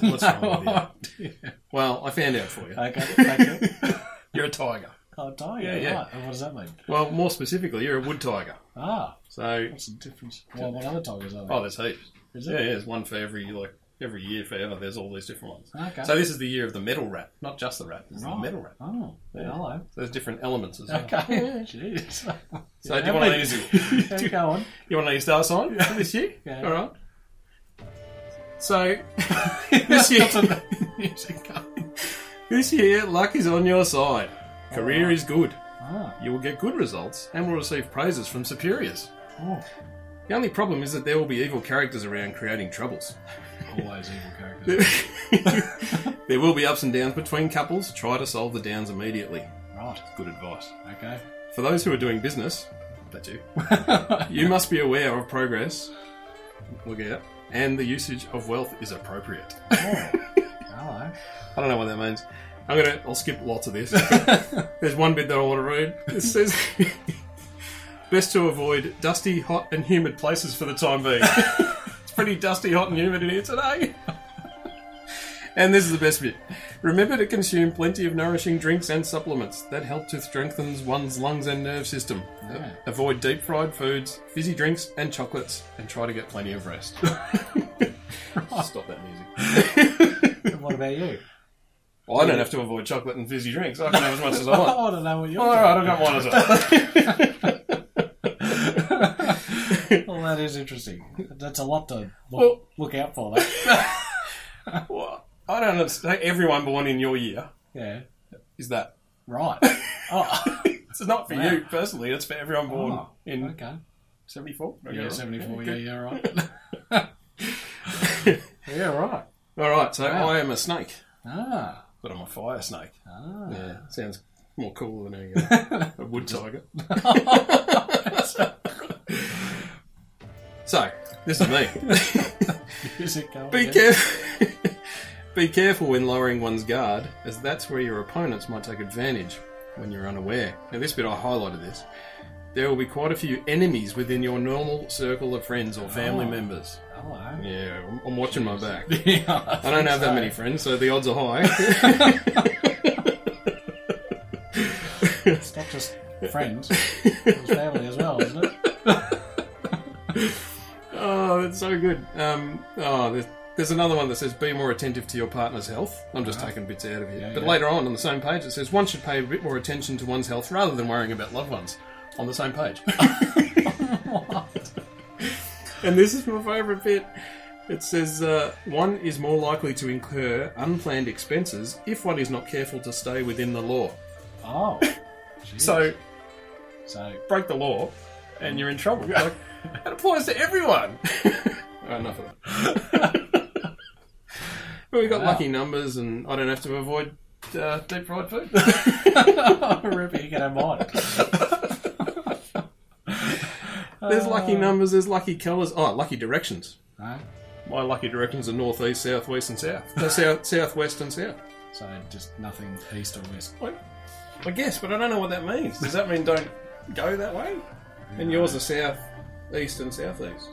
A: What's wrong with you? Well, I found out for you.
B: Okay, thank you.
A: You're a tiger.
B: I'll tell you.
A: Yeah, yeah.
B: Right. And what does that mean?
A: Well, more specifically, you're a wood tiger.
B: Ah,
A: So,
B: what's the difference? Well, what other tigers are there?
A: oh, there's heaps.
B: Is
A: Yeah, yeah,
B: it?
A: there's one for every like every year forever. There's all these different ones.
B: Okay.
A: So this is the year of the metal rat, not just the rat. It's
B: Right.
A: the metal rat.
B: Oh,
A: Yeah.
B: hello.
A: So there's different elements as well.
B: Okay, jeez.
A: So do you want to know your- do
B: Yeah,
A: you-
B: go on.
A: you want to know your star sign for this year?
B: Yeah.
A: All right. So this year,
B: That's a-
A: this year, luck is on your side. Career
B: Alright.
A: is good.
B: Ah,
A: You will get good results and will receive praises from superiors.
B: oh.
A: The only problem is that there will be evil characters around creating troubles.
B: Always evil characters.
A: there will be ups and downs between couples. Try to solve the downs immediately.
B: right,
A: Good advice.
B: okay.
A: For those who are doing business, that's you, you must be aware of progress. Look out. and the usage of wealth is appropriate.
B: Hello.
A: I don't know what that means. I'm gonna. I'll skip lots of this. There's one bit that I want to read. It says, "Best to avoid dusty, hot, and humid places for the time being." it's pretty dusty, hot, and humid in here today. and this is the best bit. Remember to consume plenty of nourishing drinks and supplements that help to strengthen one's lungs and nerve system.
B: Yeah.
A: Avoid deep fried foods, fizzy drinks, and chocolates, and try to get plenty of rest. Stop that music.
B: What about you?
A: Well, I don't have to avoid chocolate and fizzy drinks. I can have as much as I
B: I
A: want.
B: don't know what you're
A: All right, I've got one as well.
B: doing. Well, that is interesting. That's a lot to look,
A: Well-
B: look out for, though.
A: well, I don't understand. Everyone born in your year
B: Yeah.
A: is that.
B: Right. Oh,
A: It's not for you personally. It's for everyone born
B: Oh,
A: in
B: okay.
A: '74.
B: Yeah, 74, yeah, yeah, right. yeah, right.
A: All right, so
B: Wow.
A: I am a snake,
B: Ah.
A: but I'm a fire snake.
B: ah.
A: Yeah, sounds more cool than a, a wood tiger. so this is me.
B: Music going.
A: Be
B: yeah.
A: careful. Be careful when lowering one's guard, as that's where your opponents might take advantage when you're unaware. Now, this bit I highlighted this. There will be quite a few enemies within your normal circle of friends or family
B: Oh.
A: members.
B: Hello.
A: Yeah, I'm- I'm watching my back.
B: Yeah,
A: I don't have that many friends, so the odds are high.
B: It's not just friends. It's family as well, isn't it?
A: Oh, that's so good. Um, oh, there's, there's another one that says be more attentive to your partner's health. I'm just taking bits out of here.
B: Yeah,
A: but
B: yeah.
A: later on, on the same page, it says one should pay a bit more attention to one's health rather than worrying about loved ones. On the same page. and this is my favourite bit. It says uh, one is more likely to incur unplanned expenses if one is not careful to stay within the law.
B: Oh. Jeez.
A: So
B: So,
A: break the law, and you're in trouble. Like, that applies to everyone. Alright, Uh, enough of that. but we got
B: Wow.
A: lucky numbers, and I don't have to avoid uh, deep fried food.
B: Ripper, you can have mine.
A: there's lucky numbers. There's lucky colours. Oh, lucky directions.
B: No?
A: My lucky directions are northeast, southwest, and south. No, south, southwest, and south.
B: So, just nothing east or west.
A: I, I guess, but I don't know what that means. Does that mean don't go that way? And yours are south, east, and southeast.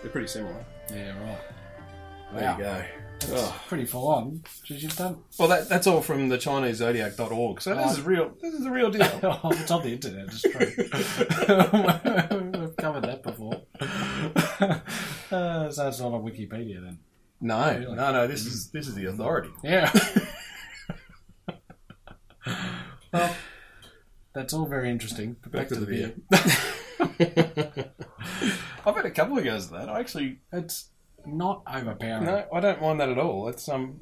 A: They're pretty similar.
B: Yeah, right.
A: There
B: Wow.
A: you go.
B: It's
A: Oh.
B: pretty full on. Jeez, you've done.
A: Well, that, that's all from the ChineseZodiac.org. So this is real. This is the real deal.
B: Oh, it's on the internet, it's true. We've covered that before. uh, so, it's not on Wikipedia then.
A: no, no, no. This is this is the authority.
B: Yeah. well, that's all very interesting. But back, to, the beer.
A: I've had a couple of goes at that. I actually,
B: It's not overpowering.
A: no, I don't mind that at all. It's um,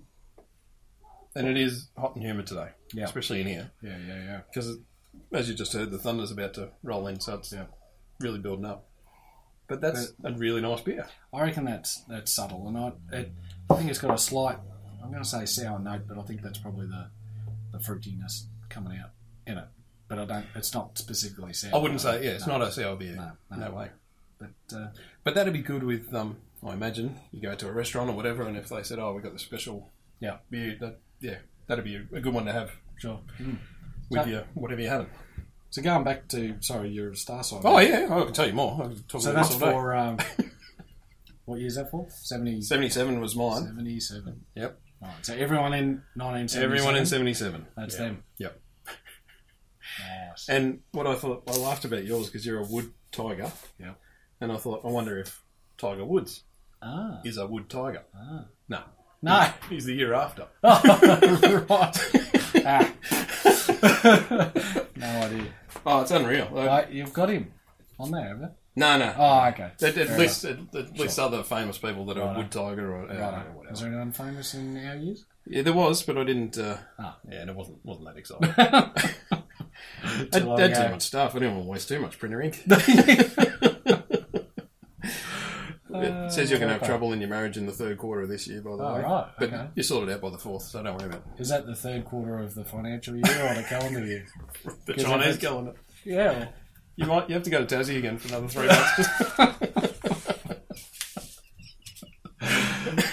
A: and it is hot and humid today,
B: Yeah.
A: especially in here,
B: Yeah, yeah, yeah.
A: because as you just heard, the thunder's about to roll in, so it's
B: Yeah.
A: really building up. But that's a really nice beer.
B: I reckon that's that's subtle, and I it, I think it's got a slight. I'm going to say sour note, but I think that's probably the the fruitiness coming out in it. But I don't. It's not specifically sour.
A: I wouldn't say yeah, it's not a sour beer.
B: No, no.
A: no way.
B: But uh,
A: But that'd be good with, um, I imagine, you go to a restaurant or whatever, and if they said, "Oh, we got the special
B: Yeah.
A: beer," that, yeah, that'd be a good one to have
B: sure.
A: with
B: So-
A: your whatever you're having.
B: So going back to sorry, your star sign.
A: Oh yeah, I can tell you more. I could talk
B: So
A: about
B: that's
A: this all day.
B: for um, what year is that for? 70,
A: Seventy-seven was mine.
B: 77.
A: Yep.
B: Right. So everyone in 1977.
A: Everyone in seventy-seven.
B: That's
A: Yeah.
B: them.
A: Yep.
B: Nice.
A: And what I thought, I laughed about yours because you're a wood tiger.
B: Yep.
A: And I thought, I wonder if Tiger Woods
B: Ah.
A: is a wood tiger. No,
B: No.
A: he's the year after.
B: right. Ah. no idea.
A: Oh, it's unreal.
B: Right, you've got him on there, have you?
A: no, no.
B: Oh, okay.
A: It, it
B: Fair
A: lists it, it lists other famous people that are wood tiger or, uh,
B: enough.
A: or
B: Righto.
A: whatever.
B: Is there anyone famous in our years?
A: Yeah, there was, but I didn't. Uh,
B: Ah.
A: Yeah, and it wasn't wasn't that exciting. I
B: Till I
A: had
B: go.
A: too much stuff. I didn't want to waste too much printer ink. it says you're going to have
B: okay.
A: trouble in your marriage in the third quarter of this year, by the
B: Oh,
A: way.
B: right,
A: But
B: okay.
A: you sorted out by the fourth, so don't worry about
B: Is that the third quarter of the financial year or the calendar
A: it.
B: year?
A: The
B: Because
A: Chinese
B: if it's-
A: calendar.
B: Yeah. well,
A: You might you have to go to Tassie again for another three months.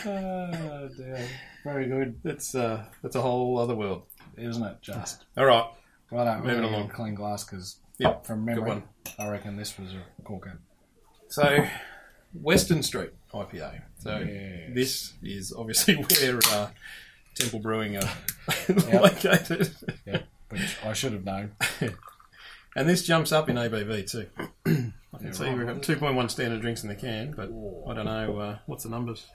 B: Oh, dear. Very good,
A: That's uh, that's a whole other world.
B: isn't it? Just
A: All right.
B: right. I'm
A: Moving
B: going
A: along.
B: to clean glass because
A: Yep,
B: from memory,
A: one.
B: I reckon this was a corker.
A: So, Western Street IPA. So
B: Yes.
A: this is obviously where uh, Temple Brewing are
B: Yep.
A: located,
B: Yeah, which I should have known.
A: and this jumps up in ABV too. I can see
B: right.
A: we've got two point one standard drinks in the can, but I don't know uh, what's the numbers.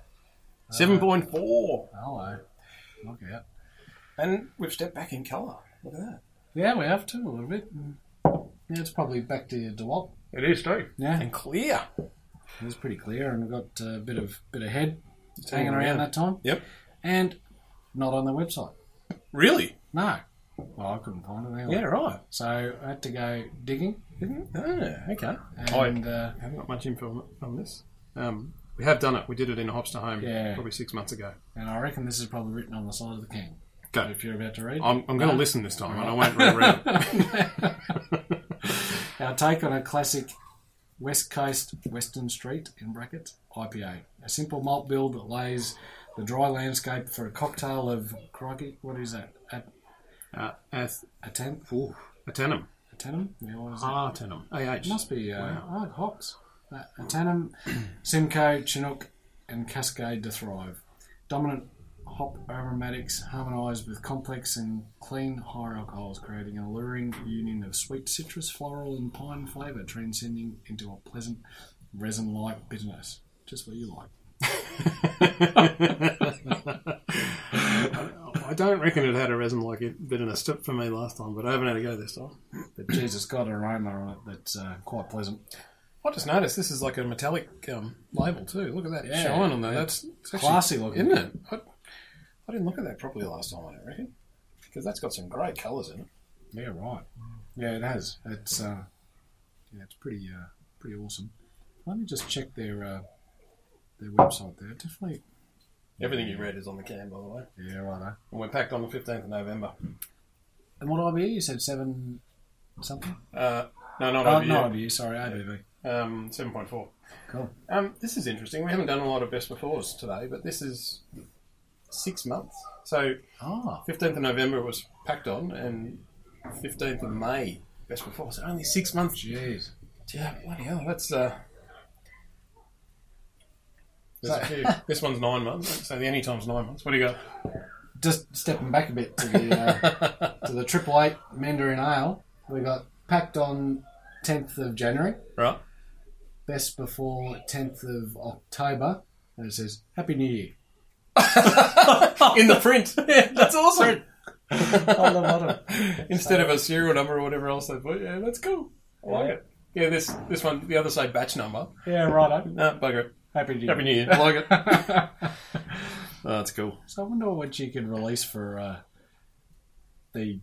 A: Seven point four,
B: Hello. Look out.
A: and we've stepped back in colour. Look at that.
B: Yeah, we have to a little bit. Mm. Yeah, it's probably back to your DeWalt.
A: It is too,
B: Yeah,
A: and clear.
B: it was pretty clear, and we got uh, a bit of bit of head
A: Mm,
B: hanging around that time.
A: Oh, Yep.
B: and not on the website.
A: Really?
B: No, well, I couldn't find it anyway.
A: Yeah, right.
B: So I had to go digging,
A: Ah, okay.
B: and uh,
A: I haven't got much info on this. Um, we have done it. We did it in a Hopster Home
B: Yeah.
A: probably six months ago.
B: and I reckon this is probably written on the side of the can.
A: Okay.
B: If you're about to read,
A: I'm, I'm going to listen this time and I won't reread it.
B: Our take on a classic West Coast Western Street in brackets IPA, a simple malt bill that lays the dry landscape for a cocktail of crikey, what is that? A,
A: uh, as
B: a ten,
A: ooh, a tanum.
B: a tenum? Yeah, what is it?
A: Ah, tanum. AH.
B: It must be uh, oh, hops. Uh, a tanum, Simcoe, Chinook, and Cascade to thrive. Dominant hop aromatics harmonise with complex and clean higher alcohols, creating an alluring union of sweet citrus, floral, and pine flavour, transcending into a pleasant resin-like bitterness. Just what you like.
A: I don't reckon it had a resin like it bitterness tip for me last time, but I haven't had a go this time.
B: But geez, it's got an aroma on it that's uh, quite pleasant.
A: I just noticed this is like a metallic um, label too. Look at that
B: Yeah.
A: shine on there. That's it's actually-
B: Classy looking.
A: isn't it? I, I didn't look at that properly last time. I don't reckon because that's got some great colours in it.
B: Yeah, right. Yeah, it has. It's uh, yeah, it's pretty uh, pretty awesome. Let me just check their uh, their website there. Definitely.
A: Everything you read is on the can, by the way.
B: Yeah, right. eh?
A: And we're packed on the 15th of November.
B: And what IBU? You said seven something.
A: Uh, no, not
B: Oh,
A: over
B: no
A: yet.
B: IBU. Sorry, E. ABV.
A: Um, 7.4.
B: Cool.
A: Um, this is interesting. We haven't done a lot of best befores today, but this is six months. So
B: Ah,
A: 15th of November was packed on, and 15th of May best before. So only six months.
B: jeez.
A: Yeah, bloody hell. That's uh. there's a
B: So-
A: few- this one's nine months, so the any time's nine months. What do you got?
B: Just stepping back a bit to the uh, to the triple eight Mandarin Ale. We got packed on tenth of January.
A: right.
B: Best before tenth of October. And it says Happy New Year.
A: In the print. yeah, that's awesome.
B: On the bottom.
A: Instead of Oh, a serial number or whatever else they put. Yeah, that's cool. I like it. Yeah, this this one, the other side batch number.
B: Yeah, right. eh?
A: No, bugger it.
B: Happy New Year.
A: Happy New Year. I like it. oh, that's cool.
B: So I wonder what you could release for uh, the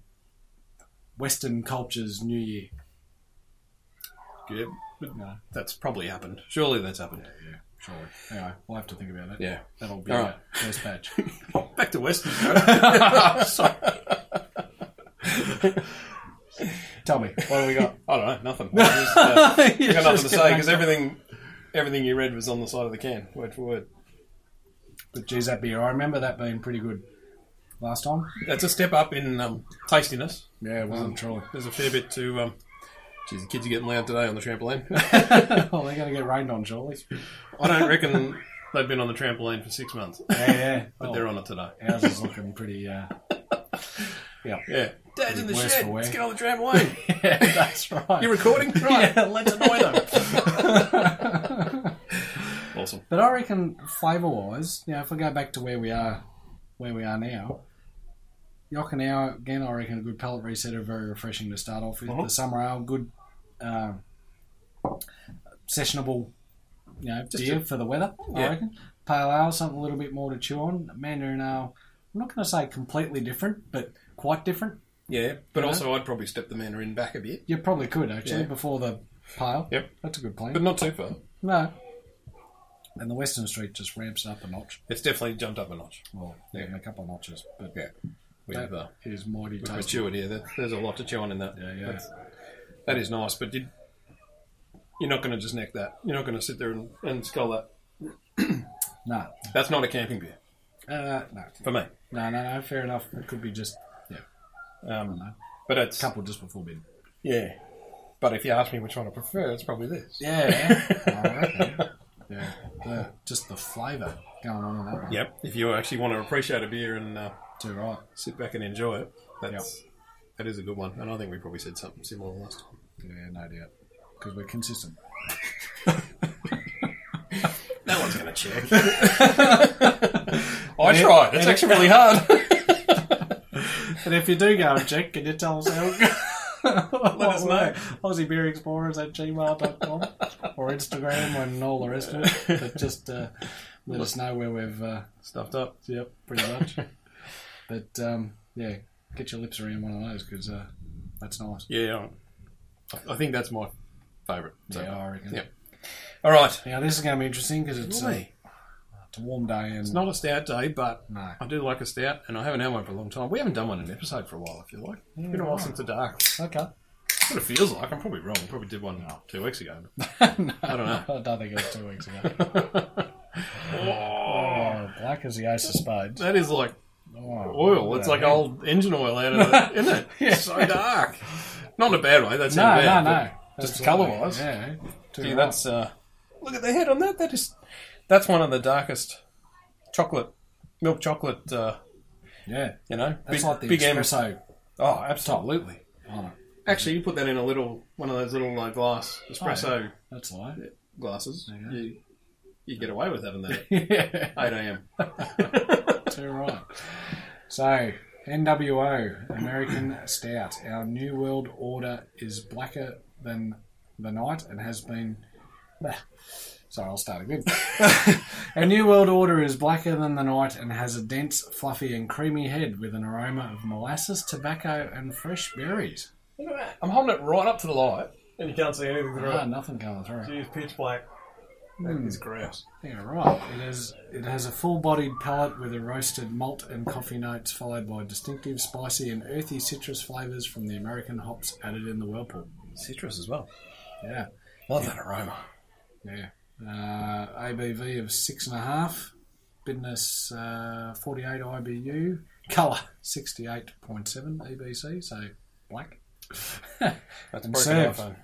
B: Western culture's New Year.
A: Good.
B: No,
A: That's probably happened. Surely that's happened.
B: surely. Anyway, we'll have to think about that.
A: Yeah.
B: That'll be
A: All
B: our
A: right.
B: first batch.
A: Back to Western. Sorry.
B: Tell me, what do we got?
A: I don't know. Nothing. I just, uh,
B: You're
A: got nothing to say because everything, everything you read was on the side of the can, word for word.
B: But geez, that beer, I remember that being pretty good last time. Um,
A: That's a step up in um, tastiness.
B: Yeah, it wasn't truly.
A: There's a fair bit to. Um, geez, the kids are getting loud today on the trampoline.
B: Well, they're going to get rained on, surely.
A: I don't reckon they've been on the trampoline for six months, but
B: Yeah, yeah. but
A: they're on it today.
B: Ours is looking pretty. Uh...
A: Yeah. Dad's in the
B: Worse
A: shed.
B: for wear.
A: Let's get on the trampoline.
B: yeah, that's right.
A: you recording? Right.
B: Yeah, let's annoy them.
A: Awesome.
B: But I reckon flavour wise, you know, if we go back to where we are, where we are now, Yokonawa again, I reckon a good palate resetter, very refreshing to start off with.
A: Mhm.
B: The summer ale, good uh, sessionable, you know,
A: Just
B: beer for the weather.
A: Yeah.
B: I reckon pale ale, something a little bit more to chew on. Mandarin ale, I'm not going to say completely different, but quite different.
A: Yeah, but
B: Yeah.
A: also I'd probably step the mandarin back a bit,
B: You probably could actually
A: Yeah.
B: before the pale.
A: Yep.
B: that's a good plan.
A: but not too far.
B: no. And the Western Street just ramps it up a notch.
A: It's definitely jumped up a notch.
B: Well, yeah, in a couple of notches, but
A: Yeah, we
B: that
A: have uh,
B: is mighty
A: we've
B: tasty.
A: matured here. There- There's a lot to chew on in that.
B: Yeah, yeah.
A: That's, that is nice, but you, you're not going to just neck that. You're not going to sit there and, and scull that.
B: No,
A: That's not a camping beer
B: uh, no,
A: for me.
B: no, no, no. Fair enough. It could be just
A: Um,
B: know.
A: but it's
B: a couple just before bed.
A: yeah. But if you ask me which one I prefer, it's probably this.
B: Yeah. oh, okay. Yeah. The, just the flavour going on in that one.
A: Yep. If you actually want to appreciate a beer and uh,
B: Too right.
A: sit back and enjoy it, that's that is a good one. And I think we probably said something similar last time.
B: Yeah, no doubt. Because we're consistent.
A: No one's going to check. I tried. It's actually really hard.
B: And if you do go and check, can you tell us how? Let
A: us know.
B: AussieBeerExplorers at gmail.com or Instagram and all the rest of it. But just uh, let us know where we've. Uh,
A: Stuffed up.
B: yep, pretty much. but um, yeah, get your lips around one of those because uh, that's nice.
A: Yeah. I I think that's my favourite. So.
B: yeah, I reckon.
A: Yep. All right.
B: Now this is going to be interesting because it's, uh,
A: Lovely.
B: it's a warm day and
A: It's not a stout day, but
B: no.
A: I do like a stout, and I haven't had one for a long time. We haven't done one in an episode for a while, if you like. It's been a while since the dark.
B: Okay.
A: That's what it feels like. I'm probably wrong. I probably did one uh, two weeks ago.
B: no,
A: I don't know.
B: I don't think it was two weeks ago. oh, black as the ace of spades.
A: That is like
B: Oh,
A: oil. It's like old engine oil out of it, isn't it?
B: Yeah.
A: It's so dark. Not in a bad way. That's
B: No,
A: not bad.
B: no,
A: but-
B: no.
A: just
B: Absolutely.
A: colour-wise.
B: Yeah. Too
A: Gee,
B: right.
A: that's uh, look at the head on that. That is that's one of the darkest chocolate milk chocolate. Uh,
B: yeah.
A: you know,
B: That's
A: big,
B: like the
A: big M.
B: espresso.
A: Oh, absolutely. Oh.
B: on it.
A: Actually, you put that in a little one of those little uh, glass espresso
B: That's all right.
A: glasses.
B: Yeah.
A: You, you get away with having that
B: yeah.
A: at eight a.m.
B: Too right. So NWO American Stout. Our New World Order is blacker than the night and has been. Sorry, I'll start again. Our New World Order is blacker than the night and has a dense, fluffy, and creamy head with an aroma of molasses, tobacco, and fresh berries.
A: Look at that. I'm holding it right up to the light.
C: And you can't see anything through
B: Ah,
C: it.
B: nothing coming through.
C: Gee, it's pitch black.
A: Hmm.
C: That is grouse.
B: Yeah, right. It has it has a full-bodied palate with a roasted malt and coffee notes, followed by distinctive spicy and earthy citrus flavors from the American hops added in the whirlpool.
A: Citrus as well.
B: Yeah,
A: Love that aroma.
B: yeah. Uh, ABV of six and a half, bitterness uh, forty-eight IBU, color sixty-eight point seven EBC, so black.
A: That's
B: And
A: broken
B: serve.
A: iPhone.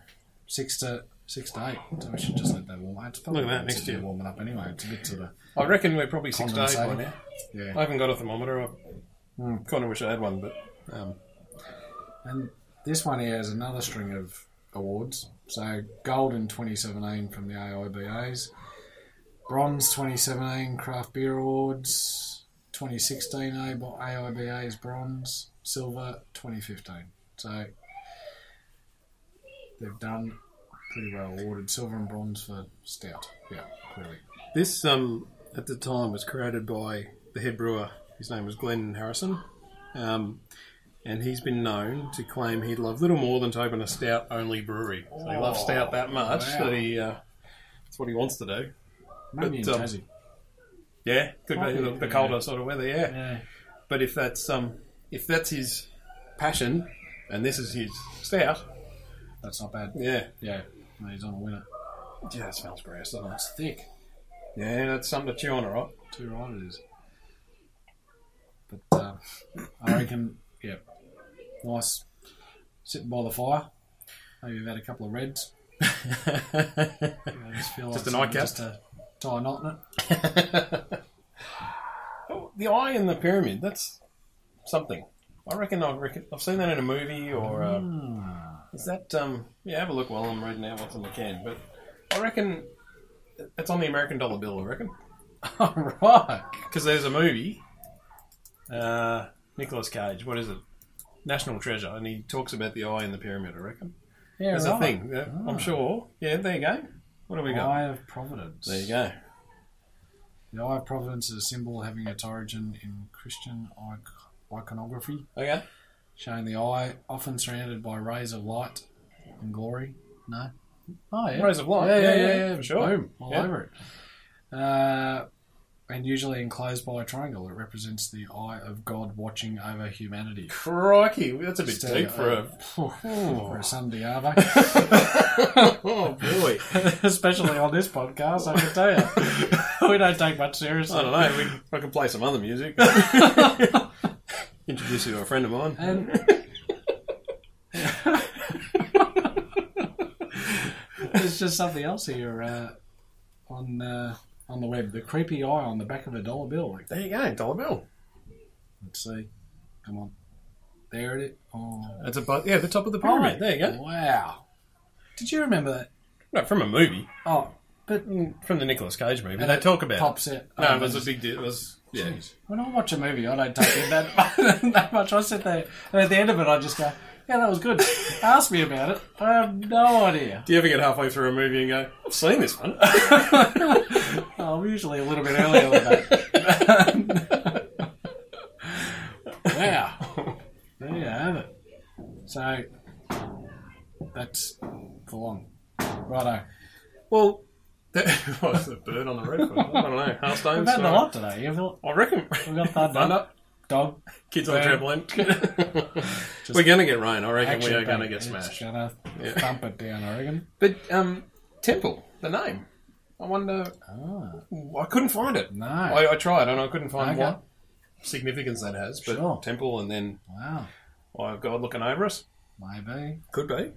B: Six to six to eight. So we should just let that warm. It's probably
A: Look at that next
B: it's
A: year.
B: warming up anyway. It's a bit sort of
A: I reckon we're probably six to eight by
B: Condensate.
A: now.
B: yeah.
A: I haven't got a thermometer. I kind of wish I had one, but um,
B: And this one here has another string of awards. So gold in 2017 from the AIBAs, bronze 2017 Craft Beer Awards, 2016 AIBAs bronze, silver 2015. So they've done pretty well awarded silver and bronze for stout. Yeah, clearly.
A: This um, at the time was created by the head brewer. His name was Glenn Harrison, um, and he's been known to claim he'd love little more than to open a stout only brewery. So he loves stout that much
B: wow.
A: that he uh, that's what he wants to do.
B: Maybe
A: But,
B: in
A: um,
B: Tassie.
A: Yeah, could
B: Might
A: be
B: be,
A: the, the
B: yeah.
A: colder sort of weather. Yeah,
B: Yeah.
A: but if that's um, if that's his passion, and this is his stout,
B: That's not bad.
A: yeah,
B: Yeah. No, he's on a winner.
A: yeah, it smells gross, doesn't it?
B: It's thick.
A: Yeah, that's something to chew on, all right.
B: Too right it is. But uh, I reckon, yeah, nice sitting by the fire. Maybe you've had a couple of reds. You know, just feel
A: Just
B: like
A: a nightcap.
B: something Just to tie a knot in it.
A: Oh, the eye in the pyramid, that's something. I reckon I've, reckon, I've seen that in a movie or.
B: Mm.
A: Um,
B: Hmm.
A: is that. Um, yeah, have a look while I'm reading out what's on the can. But I reckon it's on the American dollar bill, I reckon.
B: All right.
A: Because there's a movie, uh, Nicolas Cage, what is it? National Treasure, and he talks about the eye in the pyramid, I reckon.
B: Yeah,
A: There's
B: right. Ah.
A: a thing, yeah, I'm sure. Yeah, there you go. What have we got?
B: Eye of Providence.
A: There you go.
B: The Eye of Providence is a symbol having its origin in Christian ic- iconography,
A: Okay.
B: showing the eye often surrounded by rays of light and glory. No? Oh, yeah.
A: Rays of light.
B: Yeah, yeah, yeah,
A: for sure.
B: Boom, all
A: Yeah.
B: over it. Uh, and usually enclosed by a triangle. It represents the eye of God watching over humanity.
A: Crikey, that's a bit
B: Stay
A: deep for a.
B: For a Sunday arvo,
A: oh boy,
B: especially on this podcast, I can tell you, we don't take much seriously.
A: I don't know. We, I can play some other music. Introduce you to a friend of mine.
B: Um, There's just something else here uh, on uh, on the web. The creepy eye on the back of a dollar bill.
A: there you go, dollar bill.
B: Let's see. Come on. There it is. Oh.
A: That's about yeah, the top of the pyramid. There you go.
B: Wow. Did you remember that?
A: No, from a movie, mm,
B: Oh, but
A: from the Nicolas Cage movie. they talk about. it.
B: pops it.
A: No,
B: Oh,
A: it was a
B: there's-
A: big deal. It was yeah.
B: When I watch a movie, I don't take in that, that much. I sit there, and at the end of it, I just go, "Yeah, that was good." Ask me about it. I have no idea.
A: Do you ever get halfway through a movie and go, "I've seen this one"?
B: I'm usually a little bit earlier than that. yeah, there you have it. So that's for long. Righto.
A: well, that was the bird on the roof. I don't know. Halfstone.
B: We've had a lot today. You've got,
A: I reckon.
B: we've got thunder,
A: Thunder.
B: dog.
A: Kids on the
B: Bird.
A: trampoline. We're gonna get rain. I reckon we
B: action
A: are gonna
B: packed.
A: get
B: It's
A: smashed.
B: Gonna
A: Yeah.
B: thump it down, I reckon.
A: But um, Temple, the name. I wonder.
B: Ah,
A: I couldn't find it.
B: no.
A: I, I tried and I couldn't find
B: Okay.
A: what significance that has. But
B: Sure.
A: Temple and then
B: Wow.
A: Eye of God looking over us.
B: Maybe.
A: Could be.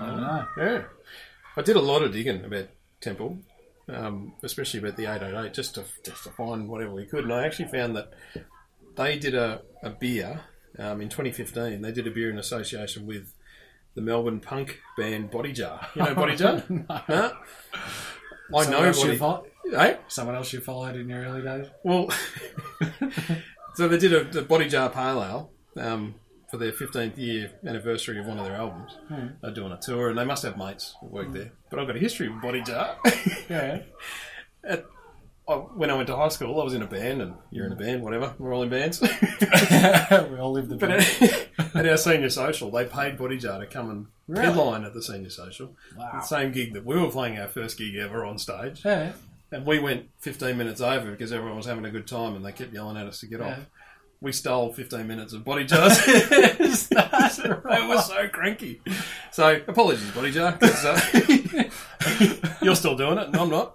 B: I don't know.
A: Yeah. I did a lot of digging about Temple, um, especially about the 888, just to, just to find whatever we could. And I actually found that they did a, a beer um, in 2015. They did a beer in association with the Melbourne punk band Body Jar. You know Body Jar? no. I
B: Someone
A: know
B: else
A: Body
B: you fo-
A: Eh?
B: someone else you followed in your early days?
A: Well, so they did a the Body Jar Pale Ale um, for their 15th year anniversary of one of their albums.
B: Hmm.
A: They're doing a tour, and they must have mates who work there. But I've got a history with Body Jar.
B: Yeah.
A: I- when I went to high school, I was in a band, and you're
B: Hmm.
A: in a band, whatever. We're all in bands.
B: we all lived the
A: but
B: best.
A: at, at our senior social, they paid Body Jar to come and
B: Really?
A: headline at the senior social.
B: Wow.
A: The same gig that we were playing our first gig ever on stage.
B: Yeah.
A: And we went 15 minutes over because everyone was having a good time and they kept yelling at us to get off. We stole 15 minutes of Body Jar's. It was so cranky. So, apologies, Body Jar. 'cause, uh, you're still doing it and I'm not.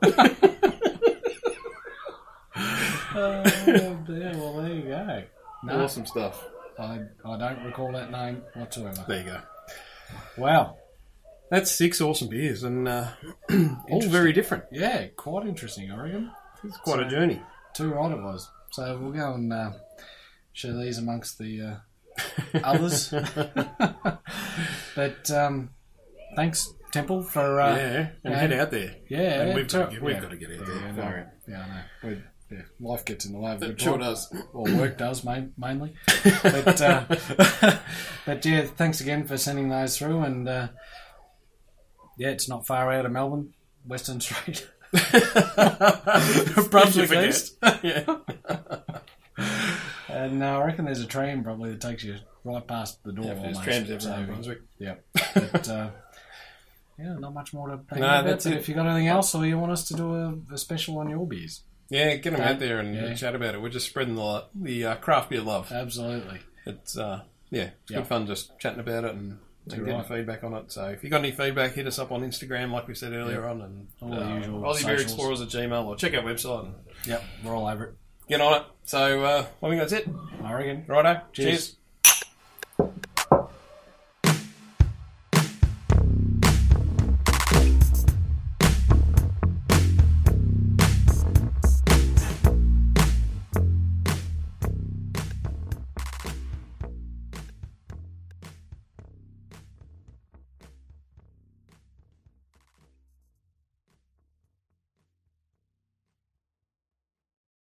B: Oh, dear. Well, there you go. No,
A: Awesome stuff.
B: I, I don't recall that name whatsoever.
A: There you go.
B: Wow.
A: That's six awesome beers and uh, all very different.
B: Yeah, quite interesting, I reckon.
A: It's quite a journey.
B: Too right it was. So we'll go and uh, share these amongst the uh, others. but um, thanks, Temple, for. Uh,
A: yeah, and
B: yeah.
A: head out there.
B: Yeah,
A: And
B: yeah,
A: we've, got to
B: ter-
A: get, we've
B: yeah.
A: got to get out
B: Yeah,
A: there.
B: no.
A: Sorry.
B: Yeah, I know. We, yeah, life gets in the way of good
A: It sure
B: work.
A: does.
B: Well, work does main, mainly. But, uh, but yeah, thanks again for sending those through. And uh, yeah, it's not far out of Melbourne, Western Street. Brunswick
A: You
B: East.
A: forget. yeah.
B: And uh, I reckon there's a tram probably that takes you right past the door.
A: Yeah, there's
B: almost.
A: trams
B: So,
A: everywhere in Brunswick.
B: Yeah. But, uh, yeah, not much more to think
A: No,
B: about.
A: that's
B: But
A: it.
B: If you got anything else, or you want us to do a, a special on your beers,
A: Yeah, get them
B: Yeah.
A: out there and
B: Yeah.
A: chat about it. We're just spreading the the uh, craft beer love.
B: absolutely.
A: It's uh, yeah, it's
B: Yeah.
A: good fun just chatting about it and, and
B: You're
A: getting
B: right.
A: feedback on it. So if you got any feedback, hit us up on Instagram, like we said earlier on, and uh,
B: All the usual
A: Aussie Beer
B: socials.
A: Explorers at Gmail or check our website and
B: Yep, we're all over it.
A: get on it. So uh, I think that's it.
B: I reckon.
A: Righto,
B: Cheers.
A: cheers.